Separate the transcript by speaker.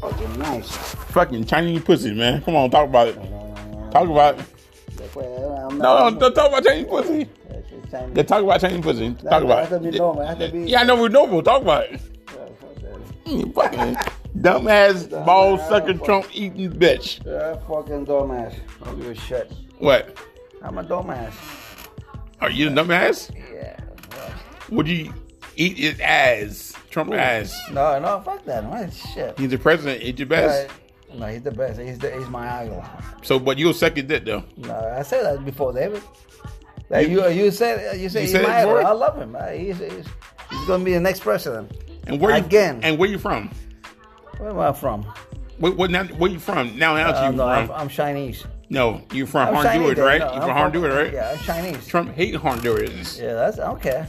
Speaker 1: fucking nice.
Speaker 2: Fucking Chinese pussy, man. Come on, talk about it. Talk about it. No,
Speaker 1: No,
Speaker 2: no, don't talk about Chinese pussy. Yeah, talk about Chinese pussy. Talk
Speaker 1: That
Speaker 2: about
Speaker 1: could be
Speaker 2: it.
Speaker 1: normal. That could be.
Speaker 2: Yeah, I know we know, but talk about it. Mm,
Speaker 1: Yeah, fuck that.
Speaker 2: You fucking dumbass, ball sucking, Trump eating bitch.
Speaker 1: Yeah, fucking dumbass. Don't give a shit.
Speaker 2: What?
Speaker 1: I'm a dumbass.
Speaker 2: Are you a dumbass?
Speaker 1: Yeah. fuck.
Speaker 2: Would you eat his ass? Trump ass.
Speaker 1: No, no, fuck that. What shit?
Speaker 2: He's the president. Eat your best.
Speaker 1: Right. No, he's the best. He's the, he's my idol.
Speaker 2: So, but you'll suck his dick though.
Speaker 1: No, I said that before, David. Like you, you said, you said
Speaker 2: You
Speaker 1: he's
Speaker 2: said it
Speaker 1: my idol.
Speaker 2: before?
Speaker 1: I love him. Uh, He's, he's, he's gonna be the next president.
Speaker 2: And where you,
Speaker 1: Again.
Speaker 2: And where you from?
Speaker 1: Where am I from?
Speaker 2: Where, what, now, where you from? Now, now
Speaker 1: Uh,
Speaker 2: you
Speaker 1: no, I'm,
Speaker 2: from?
Speaker 1: I'm Chinese.
Speaker 2: no, you from
Speaker 1: I'm
Speaker 2: Honduras,
Speaker 1: Chinese,
Speaker 2: right?
Speaker 1: no,
Speaker 2: you
Speaker 1: I'm
Speaker 2: from Honduras, right?
Speaker 1: Yeah, I'm Chinese.
Speaker 2: Trump hate Hondurans.
Speaker 1: Yeah, that's okay.